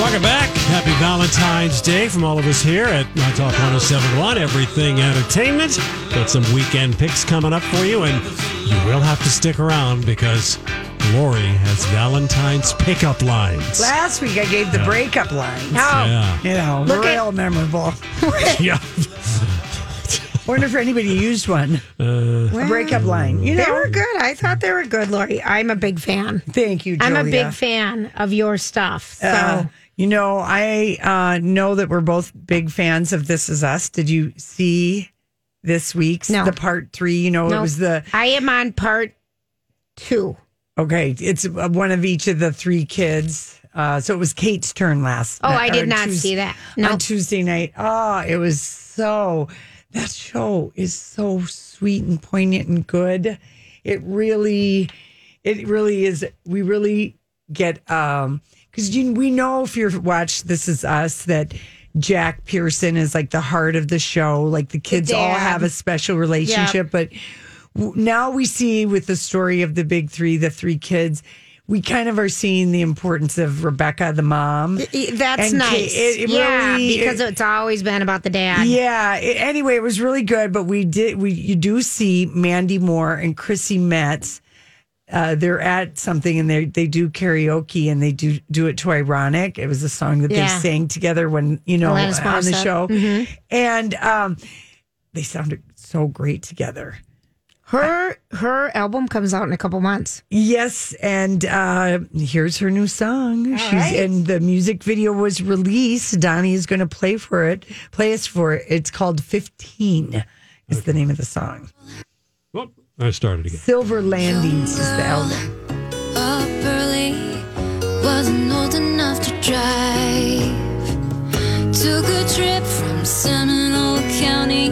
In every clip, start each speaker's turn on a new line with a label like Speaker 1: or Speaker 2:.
Speaker 1: Welcome back. Happy Valentine's Day from all of us here at My Talk 1071, Everything Entertainment. Got some weekend picks coming up for you, and you will have to stick around because Lori has Valentine's pickup lines.
Speaker 2: Last week I gave the
Speaker 1: Yeah.
Speaker 2: breakup line.
Speaker 3: Oh.
Speaker 1: Yeah.
Speaker 2: You know,
Speaker 4: Look at-
Speaker 2: real memorable.
Speaker 1: Yeah.
Speaker 2: Wonder if anybody used one.
Speaker 1: Uh,
Speaker 2: a breakup line. You know,
Speaker 3: They were good. I thought they were good, Lori. I'm a big fan.
Speaker 2: thank you.
Speaker 3: I'm a
Speaker 2: Julia.
Speaker 3: big fan of your stuff. So
Speaker 2: Uh, you know, I uh, know that we're both big fans of This Is Us. Did you see this week's
Speaker 3: No.
Speaker 2: the part three? You know, it
Speaker 3: No.
Speaker 2: was the
Speaker 3: I am on part two.
Speaker 2: okay. It's uh, one of each of the three kids. Uh, so it was Kate's turn last.
Speaker 3: Oh,
Speaker 2: night-
Speaker 3: I
Speaker 2: or
Speaker 3: did not
Speaker 2: Tues-
Speaker 3: see that. No.
Speaker 2: on Tuesday night. Oh, it was so that show is so sweet and poignant and good. It really, it really is. We really get um because you we know if you've watched This Is Us that Jack Pearson is like the heart of the show. Like the kids all
Speaker 3: dad.
Speaker 2: have a special relationship, but w- now we see with the story of the big three, the three kids. We kind of are seeing the importance of Rebecca, the mom.
Speaker 3: E- That's
Speaker 2: And
Speaker 3: nice.
Speaker 2: Kate- it- it
Speaker 3: yeah,
Speaker 2: really-
Speaker 3: because it's always been about the dad.
Speaker 2: Yeah. it- anyway, it was really good, but we did we you do see Mandy Moore and Chrissy Metz. Uh, they're at something and they they do karaoke and they do do it to ironic. It was a song that
Speaker 3: Yeah.
Speaker 2: they sang together when you know
Speaker 3: Alanis
Speaker 2: on the
Speaker 3: Morissette. Mm-hmm.
Speaker 2: show, and um, they sounded so great together.
Speaker 3: Her her album comes out in a couple months.
Speaker 2: Yes, and uh, here's her new song. She's and the music video was released. Donnie is going to play for it. Play us for it. It's called 15. Is the name of the song.
Speaker 1: Whoop, oh, I started again.
Speaker 2: Silver Landings is the album.
Speaker 5: up early, wasn't old enough to drive. Took a trip from Seminole County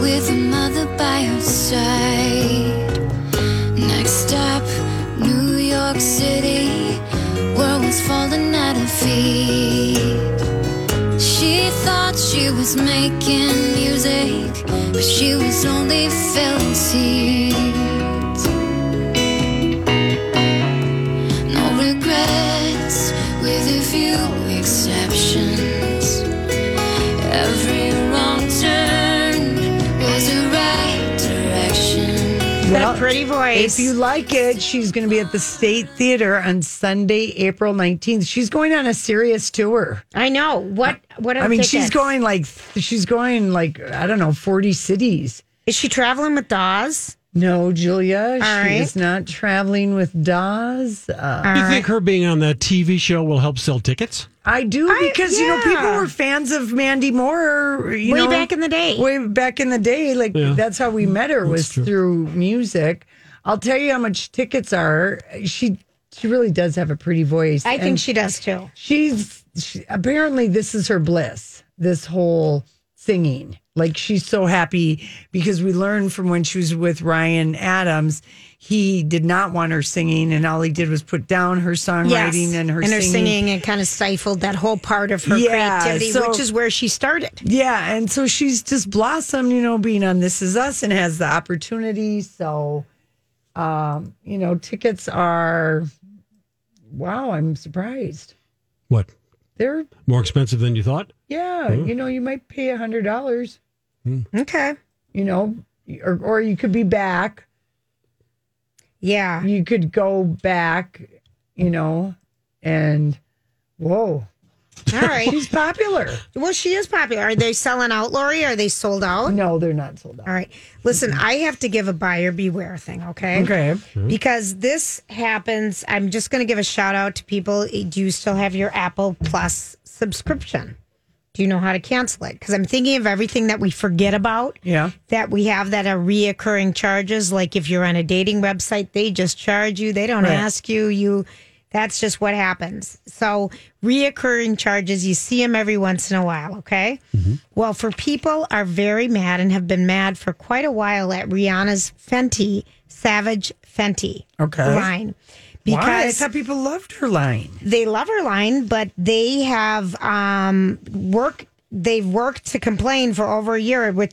Speaker 5: with a mother by her side. Next stop, New York City, world was falling at her feet. She thought she was making music, but she was only filling seats. No regrets, with a few exceptions. Every wrong turn was the right direction.
Speaker 2: Well,
Speaker 3: Pretty
Speaker 2: if
Speaker 3: voice.
Speaker 2: you like it, she's going to be at the State Theater on Sunday, April 19th. She's going on a serious tour.
Speaker 3: I know what what. Are
Speaker 2: I
Speaker 3: the
Speaker 2: mean, she's
Speaker 3: Oh, tickets?
Speaker 2: going like she's going like I don't know, 40 cities.
Speaker 3: Is she traveling with Dawes?
Speaker 2: No, Julia, she
Speaker 3: right.
Speaker 2: is not traveling with Dawes. Uh,
Speaker 1: Do you think her being on that TV show will help sell tickets?
Speaker 2: I do because you know people
Speaker 3: yeah.
Speaker 2: were fans of Mandy Moore. You
Speaker 3: Way
Speaker 2: know,
Speaker 3: back in the day.
Speaker 2: Way back in the day, like
Speaker 1: Yeah.
Speaker 2: that's how we met her was through music. I'll tell you how much tickets are. She she really does have a pretty voice.
Speaker 3: I think
Speaker 2: and
Speaker 3: she does too.
Speaker 2: she's she, apparently this is her bliss. This whole singing, like she's so happy because we learned from when she was with Ryan Adams, he did not want her singing, and all he did was put down her songwriting and her singing.
Speaker 3: and kind of stifled that whole part of her
Speaker 2: Yeah,
Speaker 3: creativity,
Speaker 2: so-
Speaker 3: which is where she started.
Speaker 2: Yeah, and so she's just blossomed, you know, being on This Is Us and has the opportunity. So, um, you know, tickets are wow, I'm surprised.
Speaker 1: What?
Speaker 2: They're
Speaker 1: More expensive than you thought?
Speaker 2: yeah, you know, you might pay a hundred dollars,
Speaker 3: Okay.
Speaker 2: you know, or or you could be back.
Speaker 3: Yeah.
Speaker 2: You could go back, you know. and whoa,
Speaker 3: All right.
Speaker 2: she's popular.
Speaker 3: well, she is popular. Are they selling out, Lori? Are they sold out?
Speaker 2: No, they're not sold out.
Speaker 3: All right. Listen, I have to give a buyer beware thing, okay?
Speaker 2: Okay.
Speaker 3: Because this happens. I'm just going to give a shout out to people. Eh, Do you still have your Apple Plus subscription? Do you know how to cancel it? Because I'm thinking of everything that we forget about
Speaker 2: Yeah.
Speaker 3: that we have that are reoccurring charges. Like if you're on a dating website, they just charge you. They don't
Speaker 2: Right.
Speaker 3: ask you. You, that's just what happens. So reoccurring charges, you see them every once in a while. Okay.
Speaker 2: Mm-hmm.
Speaker 3: Well, for people are very mad and have been mad for quite a while at Rihanna's Fenty Savage Fenty
Speaker 2: Okay.
Speaker 3: line because
Speaker 2: Why? I thought people loved her line.
Speaker 3: they love her line, but they have um, work. They've worked to complain for over a year with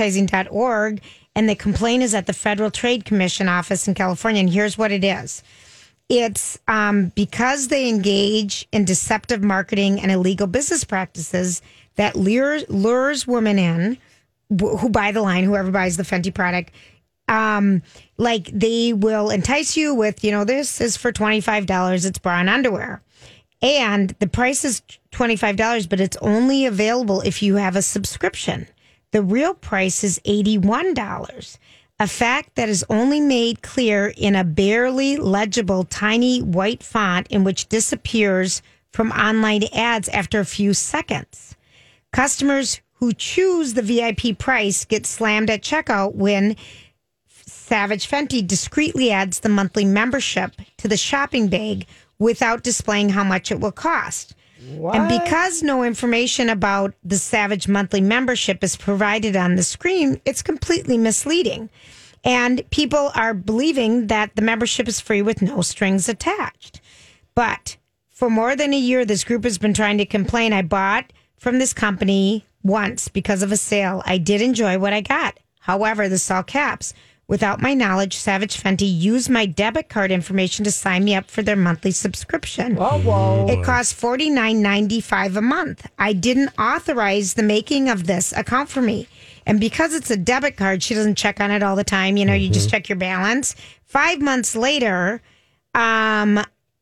Speaker 3: truthinadvertising.org, and the complaint is at the Federal Trade Commission office in California. And here's what it is it's um, because they engage in deceptive marketing and illegal business practices that lures, lures women in wh- who buy the line, whoever buys the Fenty product, um, like they will entice you with, you know, this is for $25, it's bra and underwear. And the price is $25, but it's only available if you have a subscription. The real price is $81, a fact that is only made clear in a barely legible tiny white font in which disappears from online ads after a few seconds. Customers who choose the VIP price get slammed at checkout when Savage Fenty discreetly adds the monthly membership to the shopping bag without displaying how much it will cost. And because no information about the Savage monthly membership is provided on the screen, it's completely misleading. And people are believing that the membership is free with no strings attached. But for more than a year, this group has been trying to complain. I bought from this company once because of a sale. I did enjoy what I got. However, this all caps. Without my knowledge, Savage Fenty used my debit card information to sign me up for their monthly subscription.
Speaker 2: Oh, whoa.
Speaker 3: It costs forty nine ninety five a month. I didn't authorize the making of this account for me. And because it's a debit card, she doesn't check on it all the time. You know, you
Speaker 2: Mm-hmm.
Speaker 3: just check your balance. Five months later, um,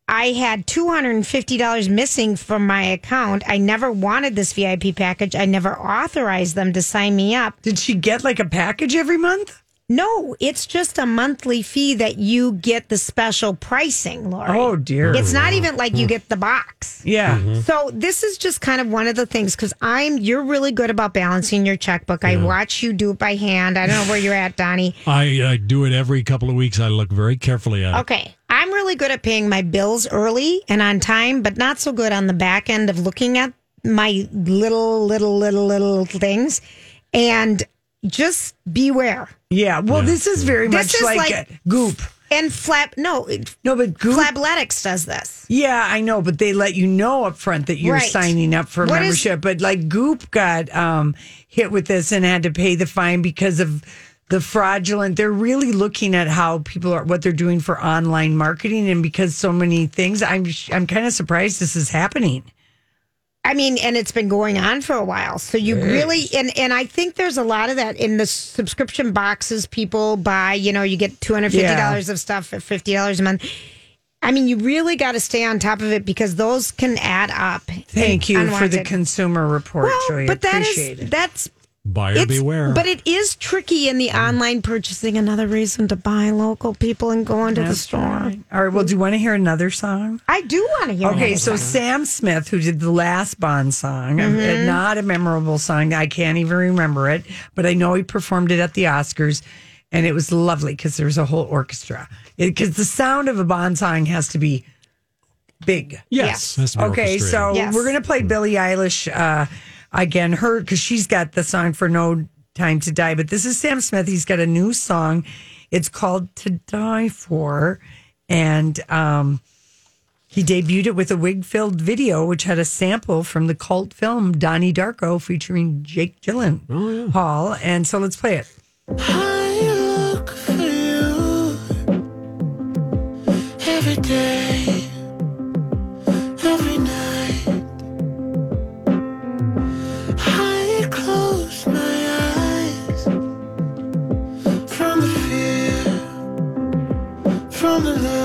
Speaker 3: I had two hundred and fifty dollars missing from my account. I never wanted this VIP package. I never authorized them to sign me up.
Speaker 2: Did she get like a package every month?
Speaker 3: No, it's just a monthly fee that you get the special pricing, Lori.
Speaker 2: Oh, dear. Hmm.
Speaker 3: It's not even like you get the box.
Speaker 2: yeah.
Speaker 3: So this is just kind of one of the things because I'm you're really good about balancing your checkbook. I watch you do it by hand. I don't know where you're at, Donnie.
Speaker 1: I, I do it every couple of weeks. I look very carefully at it.
Speaker 3: Okay. I'm really good at paying my bills early and on time, but not so good on the back end of looking at my little, little, little, little things. And just beware.
Speaker 2: Yeah. Well, this is very
Speaker 3: This
Speaker 2: much
Speaker 3: is
Speaker 2: like,
Speaker 3: like-
Speaker 2: uh, Goop.
Speaker 3: And flap no
Speaker 2: No, but Goop.
Speaker 3: Flabletics does this.
Speaker 2: Yeah, I know, but they let you know up front that you're
Speaker 3: Right.
Speaker 2: signing up for
Speaker 3: What is-
Speaker 2: membership. but like Goop got um, hit with this and had to pay the fine because of the fraudulent. They're really looking at how people are what they're doing for online marketing, and because so many things, I'm sh- I'm kind of surprised this is happening.
Speaker 3: I mean, and it's been going on for a while. So you really and and I think there's a lot of that in the subscription boxes people buy. You know, you get two hundred fifty dollars of stuff at fifty dollars a month. I mean, you really got to stay on top of it because those can add up.
Speaker 2: Thank you for the
Speaker 3: Unwanted.
Speaker 2: consumer report,
Speaker 3: well,
Speaker 2: Joy.
Speaker 3: but that
Speaker 2: Appreciate
Speaker 3: is
Speaker 2: it.
Speaker 3: that's
Speaker 1: Buyer
Speaker 3: it's,
Speaker 1: beware.
Speaker 3: but it is tricky in the online purchasing. Another reason to buy local people and go into the store.
Speaker 2: All right. Well, do you want to hear another song?
Speaker 3: I do want to hear.
Speaker 2: Okay,
Speaker 3: it.
Speaker 2: so Sam Smith, who did the last Bond song, um, not a memorable song. I can't even remember it, but I know he performed it at the Oscars, and it was lovely because there was a whole orchestra. Because the sound of a Bond song has to be big.
Speaker 1: yes. that's more
Speaker 2: Okay,
Speaker 1: orchestrated.
Speaker 2: so
Speaker 3: Yes.
Speaker 2: we're gonna play Billie Eilish uh, again. Her because she's got the song for No Time to Die, but this is Sam Smith. He's got a new song. It's called To Die For, and um, he debuted it with a wig-filled video, which had a sample from the cult film Donnie Darko featuring Jake Gyllenhaal. Hall, and so let's play it.
Speaker 5: I look for you every day, every night. I close my eyes from the fear, from the light.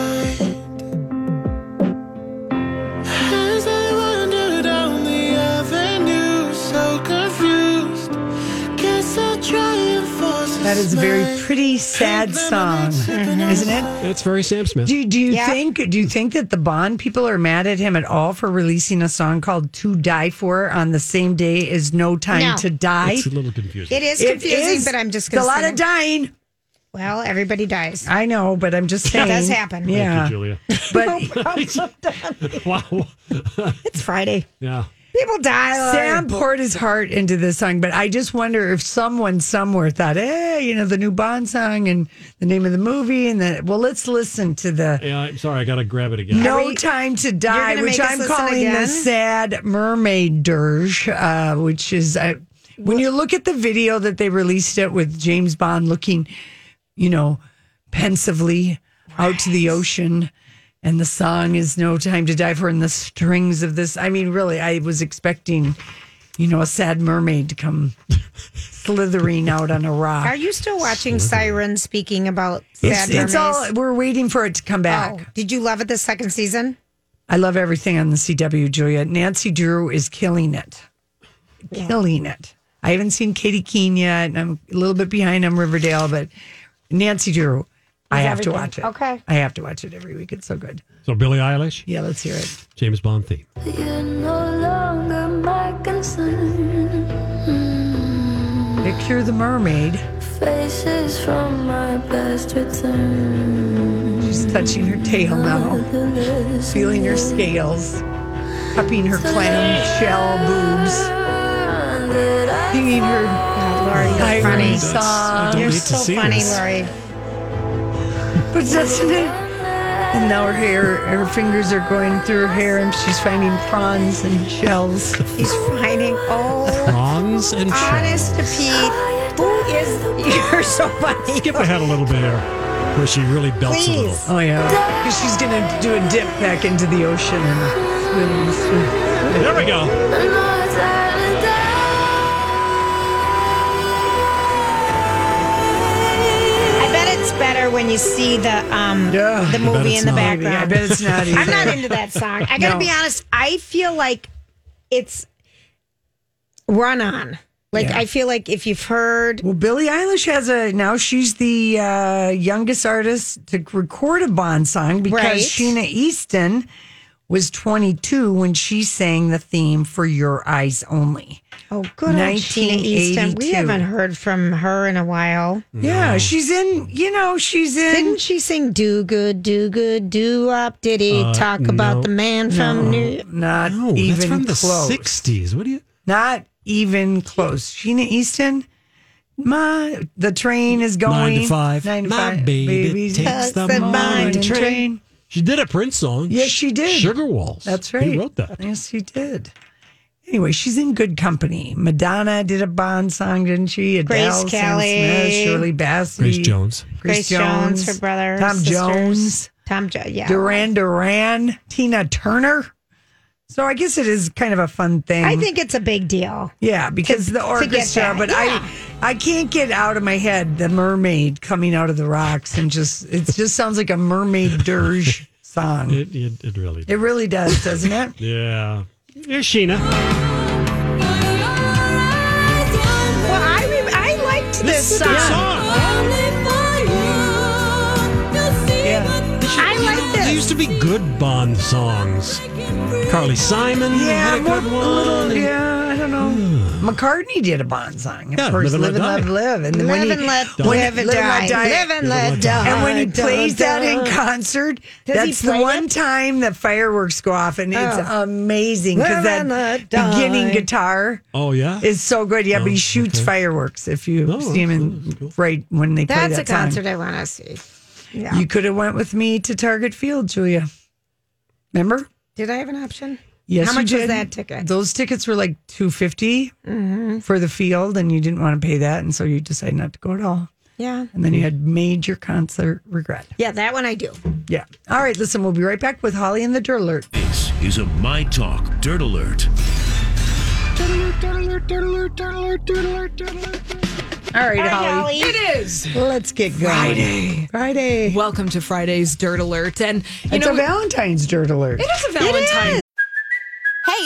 Speaker 2: is a very pretty, sad song, isn't it?
Speaker 1: It's very Sam Smith.
Speaker 2: Do, do you
Speaker 3: Yeah.
Speaker 2: think? Do you think that the Bond people are mad at him at all for releasing a song called "To Die For" on the same day as "No Time
Speaker 3: No.
Speaker 2: to Die"?
Speaker 1: It's a little confusing.
Speaker 3: It is
Speaker 2: It
Speaker 3: confusing,
Speaker 2: is-
Speaker 3: but I'm just
Speaker 2: it's
Speaker 3: going
Speaker 2: a
Speaker 3: to
Speaker 2: lot of dying.
Speaker 3: Well, everybody dies.
Speaker 2: I know, but I'm just saying
Speaker 3: That does happen. Oh
Speaker 1: Thank you,
Speaker 2: Yeah,
Speaker 1: Julia.
Speaker 2: but
Speaker 1: wow.
Speaker 3: It's Friday.
Speaker 1: Yeah.
Speaker 3: People die.
Speaker 2: Sam
Speaker 3: Laura.
Speaker 2: poured his heart into this song, but I just wonder if someone somewhere thought, "Hey, you know, the new Bond song and the name of the movie," and then, well, let's listen to the
Speaker 1: Yeah. I'm sorry. I got to grab it again.
Speaker 2: "No
Speaker 3: we-
Speaker 2: Time to Die,"
Speaker 3: gonna
Speaker 2: which
Speaker 3: make us
Speaker 2: I'm
Speaker 3: listen
Speaker 2: calling the
Speaker 3: again?
Speaker 2: "Sad Mermaid Dirge," uh, which is uh, when you look at the video that they released it with James Bond looking, you know, pensively out to the ocean. And the song is No Time to Die For, and the strings of this. I mean, really, I was expecting you know, a sad mermaid to come slithering out on a rock.
Speaker 3: Are you still watching Siren speaking about
Speaker 2: it's,
Speaker 3: sad
Speaker 2: it's all
Speaker 3: mermaids?
Speaker 2: we're waiting for it to come back.
Speaker 3: Oh, did you love it the second season?
Speaker 2: I love everything on the CW, Julia. Nancy Drew is killing it, killing it. I haven't seen Katie Keene yet, and I'm a little bit behind on Riverdale, but Nancy Drew, I have to
Speaker 3: everything.
Speaker 2: watch it.
Speaker 3: Okay.
Speaker 2: I have to watch it every week. It's so good.
Speaker 1: So Billie Eilish,
Speaker 2: Yeah, let's hear it.
Speaker 1: James Bond theme.
Speaker 6: You're no longer my concern.
Speaker 2: Picture the mermaid.
Speaker 6: Faces from my past return.
Speaker 2: She's touching her tail now, feeling her scales, cupping her clam shell boobs, singing her
Speaker 3: Oh, Lori, you're
Speaker 2: I
Speaker 3: funny.
Speaker 2: really don't- I
Speaker 1: don't
Speaker 3: you're
Speaker 1: need to
Speaker 3: so
Speaker 1: see
Speaker 3: funny,
Speaker 1: this.
Speaker 3: Lori.
Speaker 2: But doesn't it? And now her hair, her fingers are going through her hair, and she's finding prawns and shells.
Speaker 3: He's finding oh
Speaker 1: Bronze and Shell.
Speaker 3: honest to Pete. Who is you're so funny?
Speaker 1: Skip ahead a little bit here, where she really belts a little.
Speaker 3: Please.
Speaker 2: Oh yeah, 'Cause she's gonna do a dip back into the ocean and swim. swim.
Speaker 1: There we go.
Speaker 3: I bet it's better when you see the um
Speaker 2: Yeah. I
Speaker 3: the
Speaker 2: bet
Speaker 3: movie
Speaker 1: it's
Speaker 3: in the
Speaker 1: not.
Speaker 3: background.
Speaker 2: I bet it's not either.
Speaker 3: I'm not into that song. I gotta
Speaker 2: No.
Speaker 3: be honest. I feel like it's run on. Like I feel like if you've heard
Speaker 2: well, Billie Eilish has a now. She's the uh, youngest artist to record a Bond song because
Speaker 3: Right.
Speaker 2: Sheena Easton was 22 when she sang the theme for Your Eyes Only.
Speaker 3: oh good old Sheena Easton. We
Speaker 2: 1982.
Speaker 3: haven't heard from her in a while.
Speaker 2: Yeah, she's in. You know, she's in.
Speaker 3: Didn't she sing "Do Good, Do Good, Do Up"? Did he
Speaker 1: Uh,
Speaker 3: talk about
Speaker 1: no.
Speaker 3: the man from New York?
Speaker 2: Not
Speaker 1: No,
Speaker 2: even
Speaker 1: Oh, that's from the
Speaker 2: close.
Speaker 1: '60s. What do you?
Speaker 2: Not even close. Sheena Easton. My the train is going
Speaker 1: Nine to five.
Speaker 2: Nine to
Speaker 1: My
Speaker 2: five.
Speaker 1: baby takes the
Speaker 2: morning
Speaker 3: morning
Speaker 2: train.
Speaker 3: train.
Speaker 1: She did a Prince song.
Speaker 2: Yes, she did.
Speaker 1: Sugar Walls.
Speaker 2: That's right.
Speaker 1: He wrote that.
Speaker 2: Yes, she did. Anyway, she's in good company. Madonna did a Bond song, didn't she?
Speaker 3: Grace
Speaker 2: Adele, Sam
Speaker 3: Kelly.
Speaker 2: Smith, Shirley Bassey,
Speaker 1: Grace Jones.
Speaker 3: Grace Jones, her brother,
Speaker 2: Tom
Speaker 3: sisters.
Speaker 2: Jones,
Speaker 3: Tom Jones, yeah.
Speaker 2: Duran Duran, Tina Turner. So I guess it is kind of a fun thing.
Speaker 3: I think it's a big deal.
Speaker 2: Yeah, because the
Speaker 3: get
Speaker 2: orchestra,
Speaker 3: that,
Speaker 2: but
Speaker 3: yeah.
Speaker 2: I I can't get out of my head the mermaid coming out of the rocks and just it just sounds like a mermaid dirge song.
Speaker 1: It, it, it really
Speaker 2: It
Speaker 1: did.
Speaker 2: really does, doesn't it?
Speaker 1: yeah. Here's Sheena.
Speaker 3: Well, I rem- I liked this,
Speaker 1: This is a
Speaker 3: song.
Speaker 1: good song.
Speaker 2: Yeah.
Speaker 3: I like
Speaker 1: There
Speaker 3: this.
Speaker 1: used to be good Bond songs. Carly Simon
Speaker 2: Yeah,
Speaker 1: had a
Speaker 2: more-
Speaker 1: good
Speaker 2: a little,
Speaker 1: one.
Speaker 2: yeah, I don't know. McCartney did a Bond song, of
Speaker 1: Yeah,
Speaker 2: course.
Speaker 1: Live and
Speaker 2: Live and
Speaker 1: Let
Speaker 2: Love,
Speaker 1: Die.
Speaker 2: live, and then when
Speaker 3: Live
Speaker 2: he-
Speaker 3: and let
Speaker 2: when-
Speaker 3: live and
Speaker 2: Let
Speaker 3: die. Live and let die.
Speaker 2: And when he plays that in
Speaker 3: Dun,
Speaker 2: concert,
Speaker 3: Does he
Speaker 2: that's the
Speaker 3: play
Speaker 2: one
Speaker 3: it? Oh.
Speaker 2: time that fireworks go off, and it's amazing because
Speaker 3: Live and
Speaker 2: that
Speaker 3: let die.
Speaker 2: beginning guitar.
Speaker 1: Oh, yeah.
Speaker 2: is so good. Yeah, but he
Speaker 1: Oh,
Speaker 2: shoots
Speaker 1: okay.
Speaker 2: fireworks if you
Speaker 1: Oh,
Speaker 2: see him in, right when they play
Speaker 3: That's
Speaker 2: that
Speaker 3: a concert I want to see. Yeah.
Speaker 2: Song. You could have went with me to Target Field, Julia. Remember?
Speaker 3: did I have an option?
Speaker 2: Yes,
Speaker 3: How
Speaker 2: you
Speaker 3: much was
Speaker 2: did.
Speaker 3: that ticket? Mm-hmm.
Speaker 2: Those tickets were like two for the field, and you didn't want to pay that, and so you decided not to go at all.
Speaker 3: Yeah.
Speaker 2: And then you had major concert regret.
Speaker 3: Yeah, that one I do.
Speaker 2: Yeah. All right, listen, we'll be right back with Holly and the Dirt Alert.
Speaker 7: This is a My Talk Dirt Alert.
Speaker 2: All right, Holly.
Speaker 3: Dolly.
Speaker 2: Let's get going. Friday. Friday.
Speaker 8: Welcome to Friday's Dirt Alert. And you
Speaker 2: it's
Speaker 8: know,
Speaker 2: a Valentine's Dirt Alert.
Speaker 8: it is a Valentine's
Speaker 9: Hey,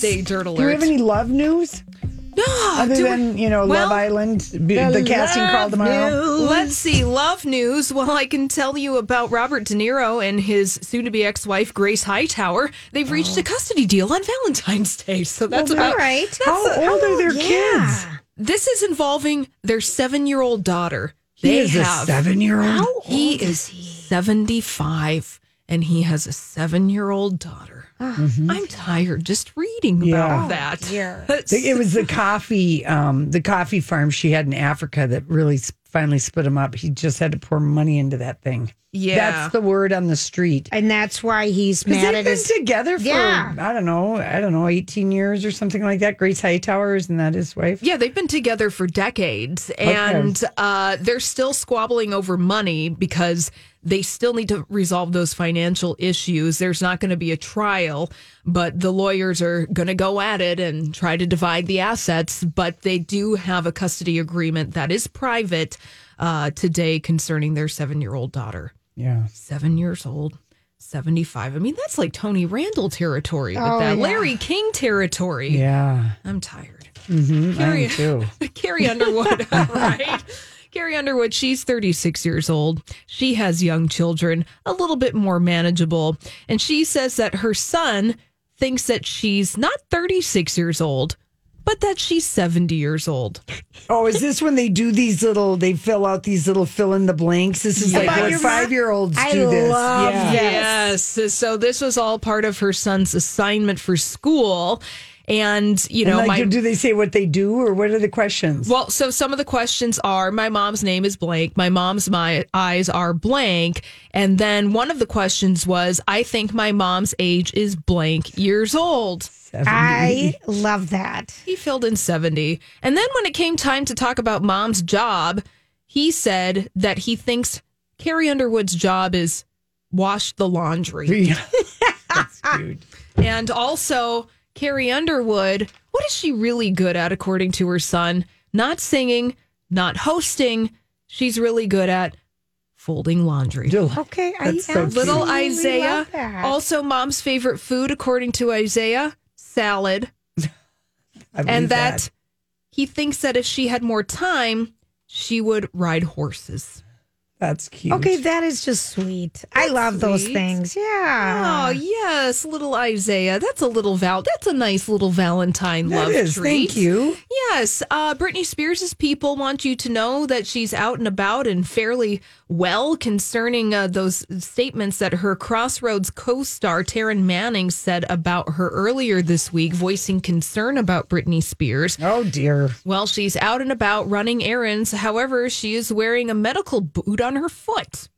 Speaker 4: Day dirt
Speaker 2: Do we
Speaker 4: alert.
Speaker 2: have any love news?
Speaker 4: no,
Speaker 2: Other
Speaker 4: do we-
Speaker 2: than, uh, you know,
Speaker 4: Well,
Speaker 2: Love Island, b- the casting call
Speaker 4: love
Speaker 2: tomorrow.
Speaker 4: news. Let's see. Love news. Well, I can tell you about Robert De Niro and his soon to be ex wife, Grace Hightower. They've reached
Speaker 2: Oh.
Speaker 4: a custody deal on Valentine's Day. So that's about
Speaker 3: All right.
Speaker 2: How old are their kids?
Speaker 4: This is involving their seven year old daughter.
Speaker 2: He
Speaker 4: They
Speaker 2: is a
Speaker 4: have.
Speaker 2: seven year old.
Speaker 4: he is 75 and he has a seven year old daughter.
Speaker 2: Ah. Mm-hmm.
Speaker 4: I'm tired just reading
Speaker 2: Yeah.
Speaker 4: about that.
Speaker 3: dear.
Speaker 4: That's-
Speaker 2: It was the coffee, um, the coffee farm she had in Africa that really s- finally split him up. He just had to pour money into that thing.
Speaker 4: yeah.
Speaker 2: That's the word on the street.
Speaker 3: And that's why he's
Speaker 2: Because
Speaker 3: mad
Speaker 2: they've
Speaker 3: at
Speaker 2: been
Speaker 3: his.
Speaker 2: together for
Speaker 3: Yeah.
Speaker 2: I don't know, I don't know, eighteen years or something like that. Grace Hightower isn't that his wife?
Speaker 4: Yeah, they've been together for decades and uh, they're still squabbling over money because they still need to resolve those financial issues. There's not going to be a trial, but the lawyers are going to go at it and try to divide the assets. But they do have a custody agreement that is private uh, today concerning their seven year old daughter.
Speaker 2: Yeah.
Speaker 4: Seven years old. 75. I mean, that's like Tony Randall territory with
Speaker 3: Oh,
Speaker 4: that
Speaker 3: yeah.
Speaker 4: Larry King territory.
Speaker 2: Yeah.
Speaker 4: I'm tired.
Speaker 2: Mm-hmm. I am
Speaker 4: Period.
Speaker 2: too.
Speaker 4: Carrie Underwood, right? Carrie Underwood, she's 36 years old. She has young children, a little bit more manageable. And she says that her son thinks that she's not 36 years old, but that she's 70 years old.
Speaker 2: Oh, is this when they do these little? They fill out these little fill in the blanks. This is like
Speaker 3: About
Speaker 2: what
Speaker 3: your mom?
Speaker 2: five year olds
Speaker 3: I
Speaker 2: do this.
Speaker 3: love
Speaker 2: yeah.
Speaker 3: that.
Speaker 4: Yes. So this was all part of her son's assignment for school. And, you
Speaker 2: And
Speaker 4: know,
Speaker 2: like,
Speaker 4: my.
Speaker 2: do- do they say what they do or what are the questions?
Speaker 4: Well, so some of the questions are my mom's name is blank, my mom's my eyes are blank, and then one of the questions was I think my mom's age is blank years old.
Speaker 3: I love that.
Speaker 4: He filled in 70. And then when it came time to talk about mom's job, he said that he thinks Carrie Underwood's job is wash the laundry.
Speaker 2: Yeah. That's cute.
Speaker 4: And also, Carrie Underwood, what is she really good at, according to her son? Not singing, not hosting. She's really good at folding laundry.
Speaker 2: Jill,
Speaker 3: Okay,
Speaker 2: That's
Speaker 3: I
Speaker 2: so cute.
Speaker 4: Little
Speaker 3: absolutely
Speaker 4: Isaiah.
Speaker 3: love that.
Speaker 4: Also, mom's favorite food, according to Isaiah, salad.
Speaker 2: I believe
Speaker 4: And that, he thinks that if she had more time, she would ride horses.
Speaker 2: That's cute.
Speaker 3: okay, that is just sweet. I
Speaker 4: That's
Speaker 3: love those
Speaker 4: sweet.
Speaker 3: things. Yeah.
Speaker 4: Oh, yes, little Isaiah. That's a little Val. That's a nice little Valentine
Speaker 2: That
Speaker 4: love
Speaker 2: is,
Speaker 4: treat.
Speaker 2: Thank you.
Speaker 4: Yes, uh, Britney Spears' people want you to know that she's out and about and fairly well concerning uh, those statements that her Crossroads co star Taryn Manning said about her earlier this week, voicing concern about Britney Spears.
Speaker 2: Oh dear.
Speaker 4: Well, she's out and about running errands. However, she is wearing a medical boot on her foot.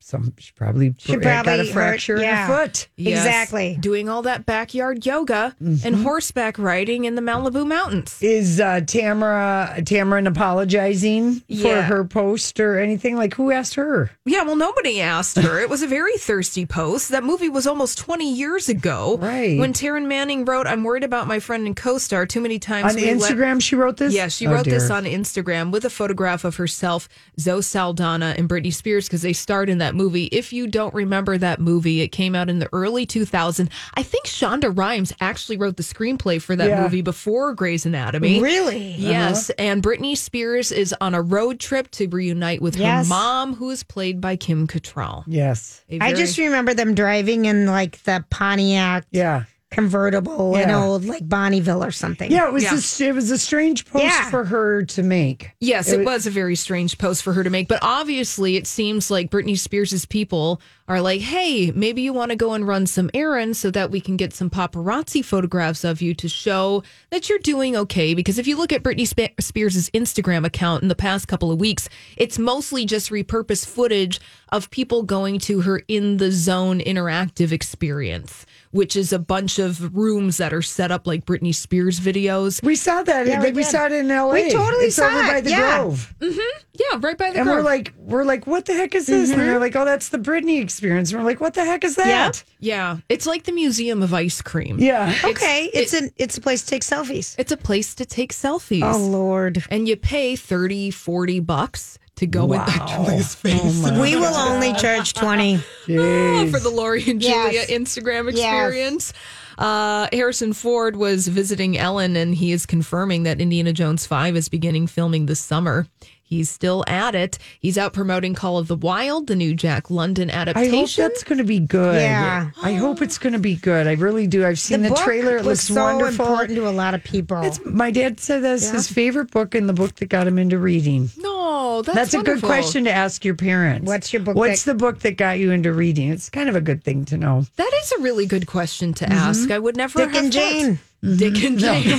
Speaker 2: Some she probably,
Speaker 3: She
Speaker 2: got a
Speaker 3: probably hurt-
Speaker 2: fracture
Speaker 3: yeah.
Speaker 2: in her foot.
Speaker 4: Yes,
Speaker 3: Exactly.
Speaker 4: Doing all that backyard yoga and
Speaker 2: Mm-hmm.
Speaker 4: horseback riding in the Malibu Mountains.
Speaker 2: Is uh, Tamara Tamarin apologizing for
Speaker 4: Yeah.
Speaker 2: her post or anything? Like who asked her?
Speaker 4: Yeah, well, nobody asked her. It was a very thirsty post. That movie was almost 20 years ago.
Speaker 2: Right.
Speaker 4: When Taryn Manning wrote, I'm worried about my friend and co star too many times.
Speaker 2: On
Speaker 4: we let-
Speaker 2: Instagram, she wrote this.
Speaker 4: yeah, she
Speaker 2: Oh,
Speaker 4: wrote this
Speaker 2: dear.
Speaker 4: on Instagram with a photograph of herself, Zoe Saldana, and Britney Spears because they starred in that movie. If you don't remember that movie, it came out in the early 2000s. I think Shonda Rhimes actually wrote the screenplay for that
Speaker 2: Yeah.
Speaker 4: movie before Grey's Anatomy.
Speaker 3: Really?
Speaker 4: Yes, and Britney Spears is on a road trip to reunite with
Speaker 3: Yes.
Speaker 4: her mom, who is played by Kim Cattrall.
Speaker 2: Yes.
Speaker 4: A
Speaker 3: I
Speaker 4: very-
Speaker 3: just remember them driving in like the Pontiac
Speaker 2: Yeah.
Speaker 3: convertible, an
Speaker 2: Yeah.
Speaker 3: old like Bonneville or something.
Speaker 2: Yeah, it was A, it was a strange post
Speaker 3: Yeah.
Speaker 2: for her to make.
Speaker 10: Yes, it, was a very strange post for her to make, but obviously it seems like Britney Spears' people are like, "Hey, maybe you want to go and run some errands so that we can get some paparazzi photographs of you to show that you're doing okay." Because if you look at Britney Spe- Spears' Instagram account in the past couple of weeks, it's mostly just repurposed footage of people going to her in the zone interactive experience. Which is a bunch of rooms that are set up like Britney Spears videos.
Speaker 2: We saw that.
Speaker 10: Yeah,
Speaker 2: we,
Speaker 10: we
Speaker 2: saw it
Speaker 10: did.
Speaker 2: in L.A.
Speaker 10: We totally
Speaker 2: it's
Speaker 10: saw
Speaker 2: over
Speaker 10: it,
Speaker 2: by the
Speaker 10: yeah.
Speaker 2: Grove.
Speaker 10: Yeah, right by the
Speaker 2: and we're
Speaker 10: Grove.
Speaker 2: like, we're like, what the heck is this? And
Speaker 10: Mhm.
Speaker 2: they're like, oh, that's the Britney experience. And we're like, what the heck is that?
Speaker 10: Yeah. It's like the Museum of Ice Cream.
Speaker 2: Yeah.
Speaker 3: Okay, it's an it's a place to take selfies.
Speaker 10: It's a place to take selfies.
Speaker 3: Oh Lord.
Speaker 10: And you pay 30, 40 bucks to go with that Julie's
Speaker 2: Oh,
Speaker 10: face.
Speaker 3: we will only charge twenty.
Speaker 10: Oh, for the Lori and Julia
Speaker 3: Yes.
Speaker 10: Instagram
Speaker 3: Yes.
Speaker 10: experience. Uh, Harrison Ford was visiting Ellen, and he is confirming that Indiana Jones 5 is beginning filming this summer. He's still at it. He's out promoting Call of the Wild, the new Jack London
Speaker 2: I
Speaker 10: adaptation.
Speaker 2: hope that's going to be good.
Speaker 10: Yeah.
Speaker 2: I hope it's going to be good. I really do. I've seen the,
Speaker 3: book
Speaker 2: trailer. It
Speaker 3: was
Speaker 2: looks
Speaker 3: so
Speaker 2: wonderful.
Speaker 3: important to a lot of people.
Speaker 2: It's, my dad said that's his favorite book and the book that got him into reading.
Speaker 10: no, that's,
Speaker 2: That's, a good
Speaker 10: wonderful.
Speaker 2: question to ask your parents.
Speaker 3: What's your book
Speaker 2: What's
Speaker 3: that-
Speaker 2: the book that got you into reading? It's kind of a good thing to know.
Speaker 10: That is a really good question
Speaker 2: Mm-hmm.
Speaker 10: to ask. I would never
Speaker 3: Dick
Speaker 10: have
Speaker 3: and
Speaker 10: thought-
Speaker 3: Jane.
Speaker 10: Dick and Jane.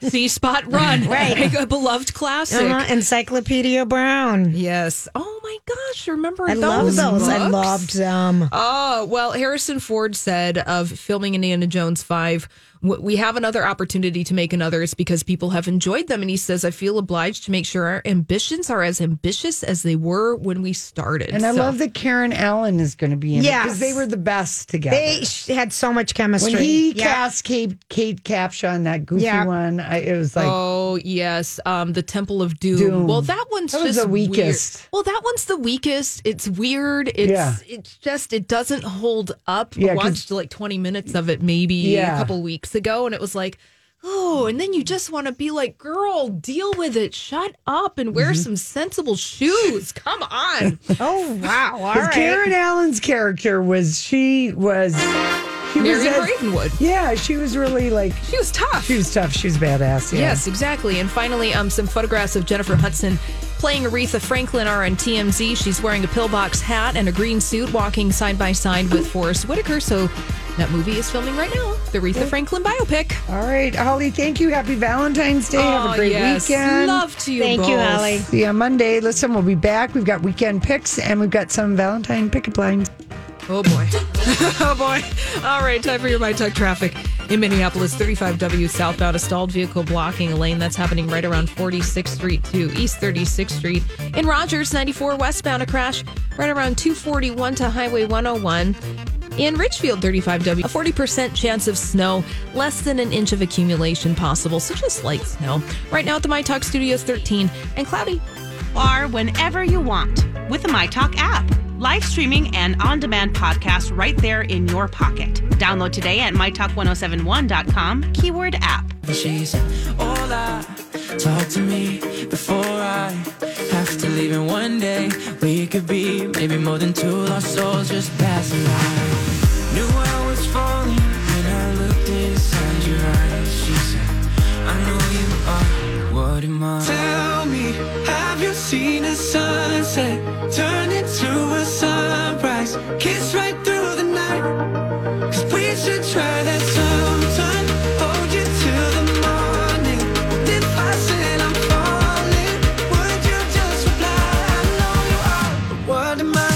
Speaker 10: See Spot Run.
Speaker 3: Right.
Speaker 10: A beloved classic.
Speaker 3: Uh-huh, Encyclopedia Brown.
Speaker 10: Yes. Oh my gosh, remember
Speaker 3: I
Speaker 10: those
Speaker 3: love those. I
Speaker 10: books?
Speaker 3: loved them.
Speaker 10: Oh, well, Harrison Ford said of filming Indiana Jones 5, "W- we have another opportunity to make another. It's because people have enjoyed them. And he says, I feel obliged to make sure our ambitions are as ambitious as they were when we started.
Speaker 2: And I
Speaker 10: So-
Speaker 2: love that Karen Allen is going to be in it
Speaker 3: Yes.
Speaker 2: because they were the best together.
Speaker 3: They sh- had so much chemistry.
Speaker 2: when he
Speaker 3: Yeah.
Speaker 2: cast Kate, Kate Capshaw on that goofy
Speaker 3: Yeah.
Speaker 2: one, I, it was like,
Speaker 10: oh yes, um, the Temple of Doom.
Speaker 2: Doom.
Speaker 10: Well, that one's
Speaker 2: That was
Speaker 10: just
Speaker 2: the weakest.
Speaker 10: Weird. Well, that one's the weakest. It's weird. It's
Speaker 2: Yeah.
Speaker 10: it's just it doesn't hold up.
Speaker 2: Yeah,
Speaker 10: I
Speaker 2: 'cause-
Speaker 10: watched like twenty minutes of it maybe
Speaker 2: Yeah.
Speaker 10: a couple weeks ago, and it was like. Oh, and then you just want to be like, girl, deal with it. Shut up and
Speaker 2: Mm-hmm.
Speaker 10: wear some sensible shoes. Come on.
Speaker 3: Oh wow! All
Speaker 2: 'Cause
Speaker 3: right.
Speaker 2: Karen Allen's character was she was she
Speaker 10: Marion
Speaker 2: as-
Speaker 10: Ravenwood.
Speaker 2: Yeah, she was really like
Speaker 10: She was tough.
Speaker 2: she was tough. She was badass. Yeah.
Speaker 10: Yes, exactly. And finally, um, some photographs of Jennifer Hudson playing Aretha Franklin are on TMZ. She's wearing a pillbox hat and a green suit, walking side by side with Forrest Whitaker. So that movie is filming right now, the Aretha Franklin biopic.
Speaker 2: All right, Holly. Thank you. Happy Valentine's Day. Have
Speaker 10: Oh,
Speaker 2: a great
Speaker 10: yes.
Speaker 2: weekend.
Speaker 10: Love to you.
Speaker 3: Thank you,
Speaker 10: both.
Speaker 3: Allie.
Speaker 2: See you on Monday. Listen, we'll be back. We've got weekend picks and we've got some Valentine pickup lines.
Speaker 10: Oh boy. oh boy. All right, time for your My Talk traffic. In Minneapolis, 35W southbound, a stalled vehicle blocking a lane that's happening right around 46th Street to East 36th Street. In Rogers, 94 westbound, a crash right around 241 to Highway 101. In Richfield, 35W, a 40% chance of snow, less than an inch of accumulation possible, so just light snow. Right now at the My Talk Studios, 13 and cloudy.
Speaker 11: Are whenever you want with the MyTalk app. Live streaming and on demand podcasts right there in your pocket. Download today at mytalk1071.com, keyword app.
Speaker 5: She's all I talk to me before I have to leave. And one day we could be maybe more than two lost souls just passing by. Knew I was falling when I looked inside your eyes. She said, I know you are. What am I? Tell me, have you seen a sunset turn into a sunrise? Kiss right through the night. Cause we should try that sometime. Hold you till the morning. If I said I'm falling, would you just reply? I know you are, but what am I?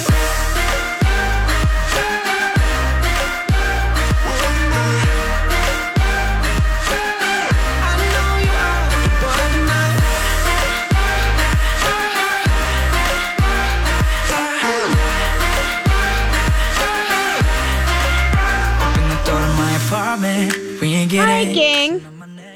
Speaker 5: What am I? I know you are, but what am I? Door to my apartment, we ain't
Speaker 3: Hi,
Speaker 5: getting.
Speaker 3: gang.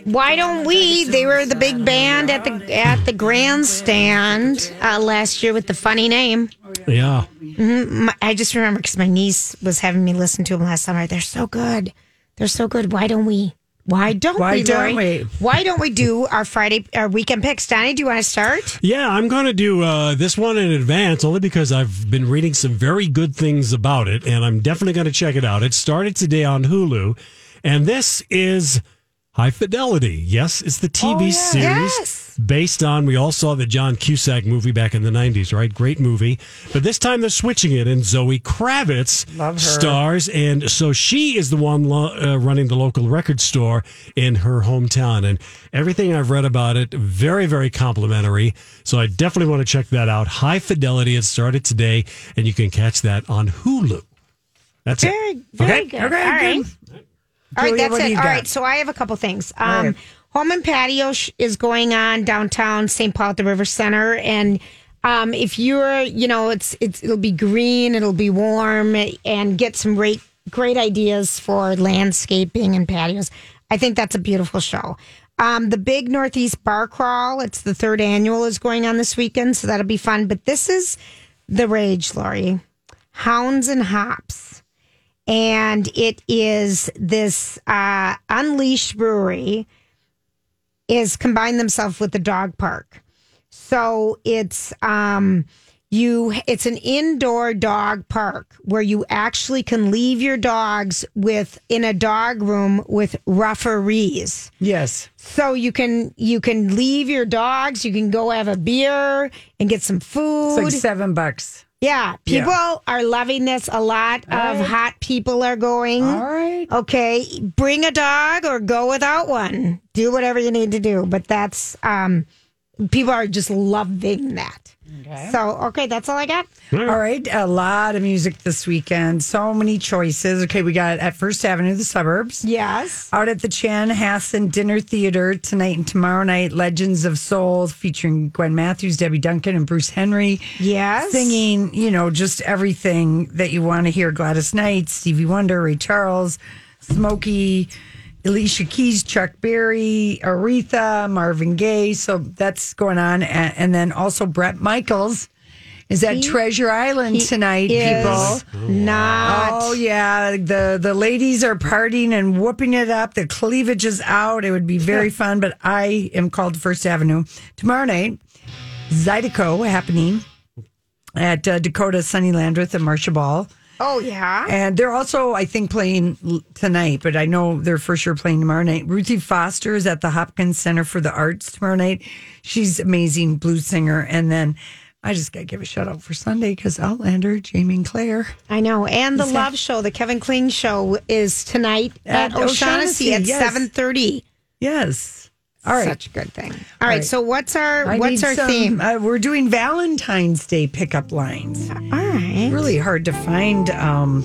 Speaker 3: Why don't we? They were the big band at the at the grandstand uh, last year with the funny name.
Speaker 1: Yeah.
Speaker 3: hmm I just remember because my niece was having me listen to them last summer. They're so good. They're so good. Why don't we? Why don't
Speaker 2: Why
Speaker 3: we?
Speaker 2: don't
Speaker 3: Lori?
Speaker 2: we?
Speaker 3: Why don't we do our Friday our weekend picks? Donnie, do you want to start?
Speaker 1: Yeah, I'm going to do uh, this one in advance only because I've been reading some very good things about it, and I'm definitely going to check it out. It started today on Hulu, and this is High Fidelity. Yes, it's the
Speaker 2: Oh,
Speaker 1: TV series based on. We all saw the John Cusack movie back in the '90s, right? Great movie, but this time they're switching it, and Zoe Kravitz
Speaker 2: Love her.
Speaker 1: stars, and so she is the one lo- uh, running the local record store in her hometown. And everything I've read about it, very, very complimentary. So I definitely want to check that out. High Fidelity. It started today, and you can catch that on Hulu. That's it.
Speaker 3: Very good. All right. All right,
Speaker 2: Julia,
Speaker 3: that's
Speaker 2: what do
Speaker 3: it.
Speaker 2: you
Speaker 3: All
Speaker 2: got?
Speaker 3: right, so I have a couple things.
Speaker 2: All
Speaker 3: Um,
Speaker 2: right.
Speaker 3: Home and Patio sh- is going on downtown St. Paul at the River Center, and um, if you're, you know, it's it's it'll be green, it'll be warm, and get some great great ideas for landscaping and patios. I think that's a beautiful show. Um, the Big Northeast Bar Crawl, it's the third annual, is going on this weekend, so that'll be fun. But this is the rage, Lori. Hounds and Hops and it is this uh, Unleashed Brewery is combined themselves with the dog park. So it's um you it's an indoor dog park where you actually can leave your dogs with in a dog room with referees.
Speaker 2: Yes.
Speaker 3: So you can you can leave your dogs, you can go have a beer and get some food.
Speaker 2: It's like seven bucks.
Speaker 3: Yeah,
Speaker 2: Yeah.
Speaker 3: people are loving this. A lot of hot people are going. All
Speaker 2: right.
Speaker 3: Okay, bring a dog or go without one. Do whatever you need to do. But that's, um, people are just loving that. So, okay, that's all I got.
Speaker 2: All right, a lot of music this weekend. So many choices. Okay, we got at First Avenue, the suburbs.
Speaker 3: Yes.
Speaker 2: Out at the Chan Hassan Dinner Theater tonight and tomorrow night, Legends of Soul featuring Gwen Matthews, Debbie Duncan, and Bruce Henry.
Speaker 3: Yes.
Speaker 2: Singing, you know, just everything that you want to hear Gladys Knight, Stevie Wonder, Ray Charles, Smokey, Alicia Keys, Chuck Berry, Aretha, Marvin Gaye. So that's going on. A- And then also Brett Michaels is at
Speaker 3: He-
Speaker 2: Treasure Island
Speaker 3: he
Speaker 2: tonight,
Speaker 3: is
Speaker 2: people.
Speaker 3: Not.
Speaker 2: Oh yeah, the the ladies are partying and whooping it up. The cleavage is out. It would be very fun. But I am called to First Avenue tomorrow night. Zydeco happening at uh, Dakota Sunny Landreth and Marcia Ball.
Speaker 3: Oh, yeah.
Speaker 2: And they're also, I think, playing l- tonight, but I know they're for sure playing tomorrow night. Ruthie Foster is at the Hopkins Center for the Arts tomorrow night. She's amazing blues singer. And then I just got to give a shout out for Sunday because Outlander, Jamie and Claire.
Speaker 3: I know. And the
Speaker 2: Is that-
Speaker 3: Love Show, the Kevin Kling Show, is tonight
Speaker 2: At
Speaker 3: at, O'Shaughnessy,
Speaker 2: O'Shaughnessy,
Speaker 3: at
Speaker 2: yes.
Speaker 3: 7.30.
Speaker 2: Yes. All right.
Speaker 3: Such a good thing. all right,
Speaker 2: right.
Speaker 3: so what's our,
Speaker 2: I
Speaker 3: what's
Speaker 2: need
Speaker 3: our
Speaker 2: some-
Speaker 3: theme?
Speaker 2: Uh, we're doing Valentine's Day pickup lines.
Speaker 3: All right.
Speaker 2: Really hard to find, um,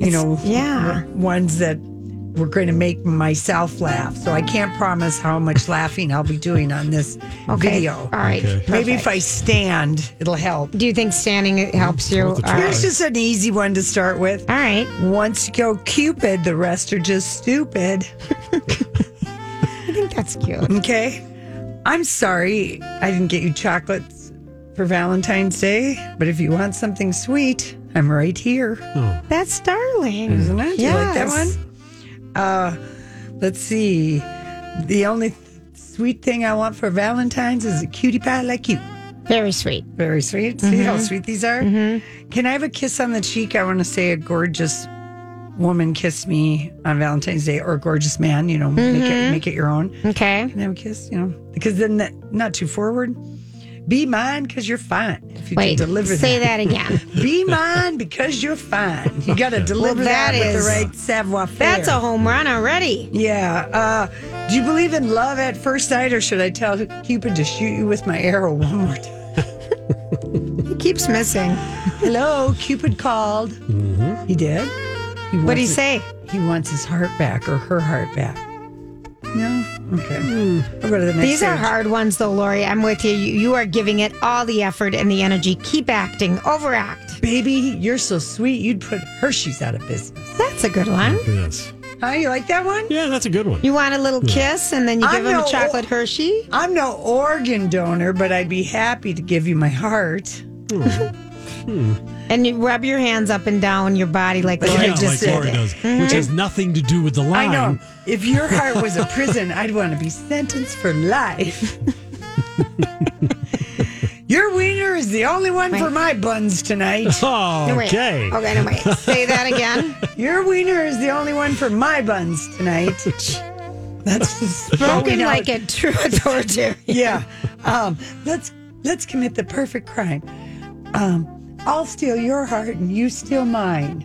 Speaker 2: you know,
Speaker 3: yeah.
Speaker 2: w- ones that were going to make myself laugh. So I can't promise how much laughing I'll be doing on this
Speaker 3: Okay.
Speaker 2: video.
Speaker 3: All right.
Speaker 1: Okay.
Speaker 2: Maybe
Speaker 3: Perfect.
Speaker 2: if I stand, it'll help.
Speaker 3: Do you think standing it helps you?
Speaker 1: Worth a
Speaker 3: All
Speaker 1: try.
Speaker 2: Here's
Speaker 3: right.
Speaker 2: just an easy one to start with.
Speaker 3: All right.
Speaker 2: Once you go Cupid, the rest are just stupid.
Speaker 3: I think that's cute.
Speaker 2: Okay. I'm sorry I didn't get you chocolates for Valentine's Day, but if you want something sweet, I'm right here.
Speaker 3: That's darling.
Speaker 2: Isn't it? You like that
Speaker 3: Yes.
Speaker 2: one? Uh, let's see. The only th- sweet thing I want for Valentine's is a cutie pie like you.
Speaker 3: Very sweet.
Speaker 2: Very sweet. See how sweet these are? Can I have a kiss on the cheek? I want to say a gorgeous woman kissed me on Valentine's Day or a gorgeous man, you know, make it make it your own.
Speaker 3: Okay.
Speaker 2: Can I have a kiss? You know, because then that, not too forward. Be mine because you're fine. If you
Speaker 3: Wait.
Speaker 2: can deliver
Speaker 3: Say that, again.
Speaker 2: Be mine because you're fine. You got to deliver that,
Speaker 3: that
Speaker 2: with
Speaker 3: is-
Speaker 2: the right savoir faire.
Speaker 3: That's a home run already.
Speaker 2: Yeah. Uh, do you believe in love at first sight, or should I tell Cupid to shoot you with my arrow one more time?
Speaker 3: He keeps missing.
Speaker 2: Hello, Cupid called. He did. He
Speaker 3: What'd
Speaker 2: wants
Speaker 3: he
Speaker 2: his-
Speaker 3: say?
Speaker 2: He wants his heart back or her heart back. No. Okay. I'll go to the next.
Speaker 3: Hmm. These are
Speaker 2: page.
Speaker 3: hard ones, though, Lori. I'm with you. you. You are giving it all the effort and the energy. Keep acting. Overact.
Speaker 2: Baby, you're so sweet. You'd put Hershey's out of business.
Speaker 3: That's a good one.
Speaker 1: Yes.
Speaker 2: Huh? You like that one?
Speaker 1: Yeah, that's a good one.
Speaker 3: You want a little kiss, and then you
Speaker 2: I
Speaker 3: give him
Speaker 2: know.
Speaker 3: a chocolate Hershey.
Speaker 2: I'm no organ donor, but I'd be happy to give you my heart.
Speaker 3: And you rub your hands up and down your body like
Speaker 1: Yeah,
Speaker 3: Lori
Speaker 1: like
Speaker 3: just Mm-hmm. did.
Speaker 1: Lori does, which has nothing to do with the
Speaker 2: I
Speaker 1: line.
Speaker 2: know. If your heart was a prison, I'd want to be sentenced for life. your wiener is the only one for my buns tonight.
Speaker 1: Oh,
Speaker 3: No, wait. okay. Okay, no, wait. Say that again.
Speaker 2: your wiener is the only one for my buns tonight. That's just
Speaker 3: Spoken
Speaker 2: throwing out-
Speaker 3: like a true authoritarian.
Speaker 2: yeah. Um, let's let's commit the perfect crime. Um, I'll steal your heart and you steal mine.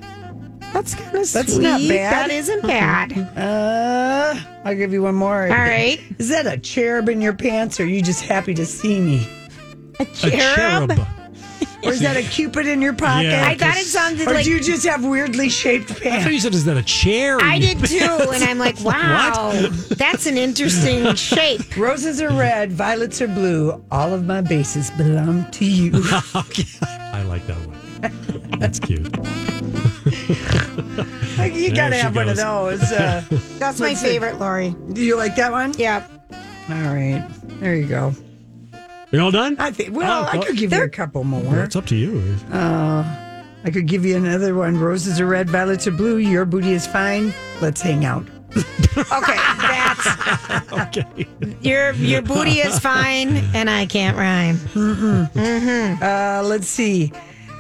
Speaker 3: That's kind of
Speaker 2: That's not
Speaker 3: sweet.
Speaker 2: bad. Mm-hmm.
Speaker 3: That isn't bad.
Speaker 2: Uh, I'll give you one more.
Speaker 3: All right.
Speaker 2: Is that a cherub in your pants, or are you just happy to see me?
Speaker 3: A
Speaker 1: A cherub.
Speaker 2: Or is that a cupid in your pocket?
Speaker 1: Yeah, I thought it just-
Speaker 3: sounded
Speaker 2: or
Speaker 3: like-
Speaker 2: do you just have weirdly shaped
Speaker 1: I thought you
Speaker 2: pants?
Speaker 1: said, is that a chair?
Speaker 3: I did too, and I'm like,
Speaker 1: What?
Speaker 3: wow, that's an interesting shape.
Speaker 2: Roses are red, violets are blue. All of my bases belong to you.
Speaker 1: Okay. I like that one. That's cute.
Speaker 2: Like, you
Speaker 1: There
Speaker 2: gotta
Speaker 1: she
Speaker 2: have one of
Speaker 1: goes.
Speaker 2: those. Uh,
Speaker 3: That's my
Speaker 2: Let's see.
Speaker 3: favorite, Lori.
Speaker 2: do you like that one?
Speaker 3: Yeah.
Speaker 2: All right, there you go.
Speaker 1: You're all done?
Speaker 2: I think. Well,
Speaker 1: Oh,
Speaker 2: I
Speaker 1: well,
Speaker 2: could give you a couple
Speaker 1: Well,
Speaker 2: more.
Speaker 1: it's up to you.
Speaker 2: I could give you another one. Roses are red, violets are blue. Your booty is fine. Let's hang out.
Speaker 3: Okay, that's
Speaker 1: Okay.
Speaker 3: your your booty is fine, and I can't rhyme.
Speaker 2: Uh, let's see.